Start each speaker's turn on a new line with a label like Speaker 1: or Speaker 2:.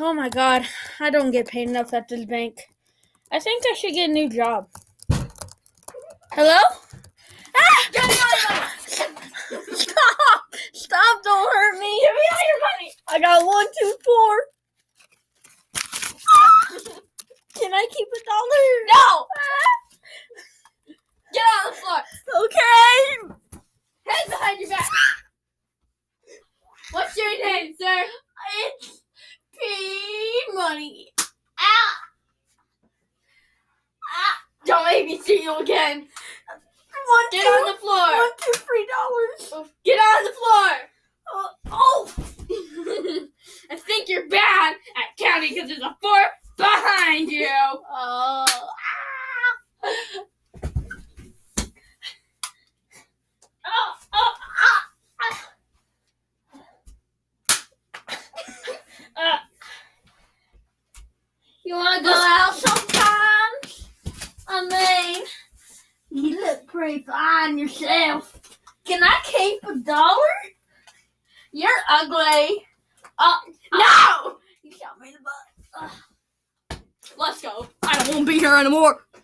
Speaker 1: Oh my god, I don't get paid enough at this bank. I think I should get a new job. Hello? Ah!
Speaker 2: Get me all your money!
Speaker 1: Stop! Stop! Don't hurt me!
Speaker 2: Give me all your money!
Speaker 1: I got one, two, four. Can I keep a dollar? Ah!
Speaker 2: No! Get on the floor!
Speaker 1: Okay.
Speaker 2: Hands behind your back! What's your name, sir? It's P Money. Ah! Ah! Don't make me see you again!
Speaker 1: One,
Speaker 2: Get on the
Speaker 1: one,
Speaker 2: floor!
Speaker 1: two, three dollars.
Speaker 2: Oh, Get on the floor! Oh! I think you're bad at counting because there's a four behind you! Oh! Ah! Oh! Oh! Ah! Ah! Uh. You wanna go out sometimes? I mean, you look pretty fine yourself. Can I keep a dollar? You're ugly. Uh, no! You shot me in the butt. Ugh. Let's go. I don't want to be here anymore.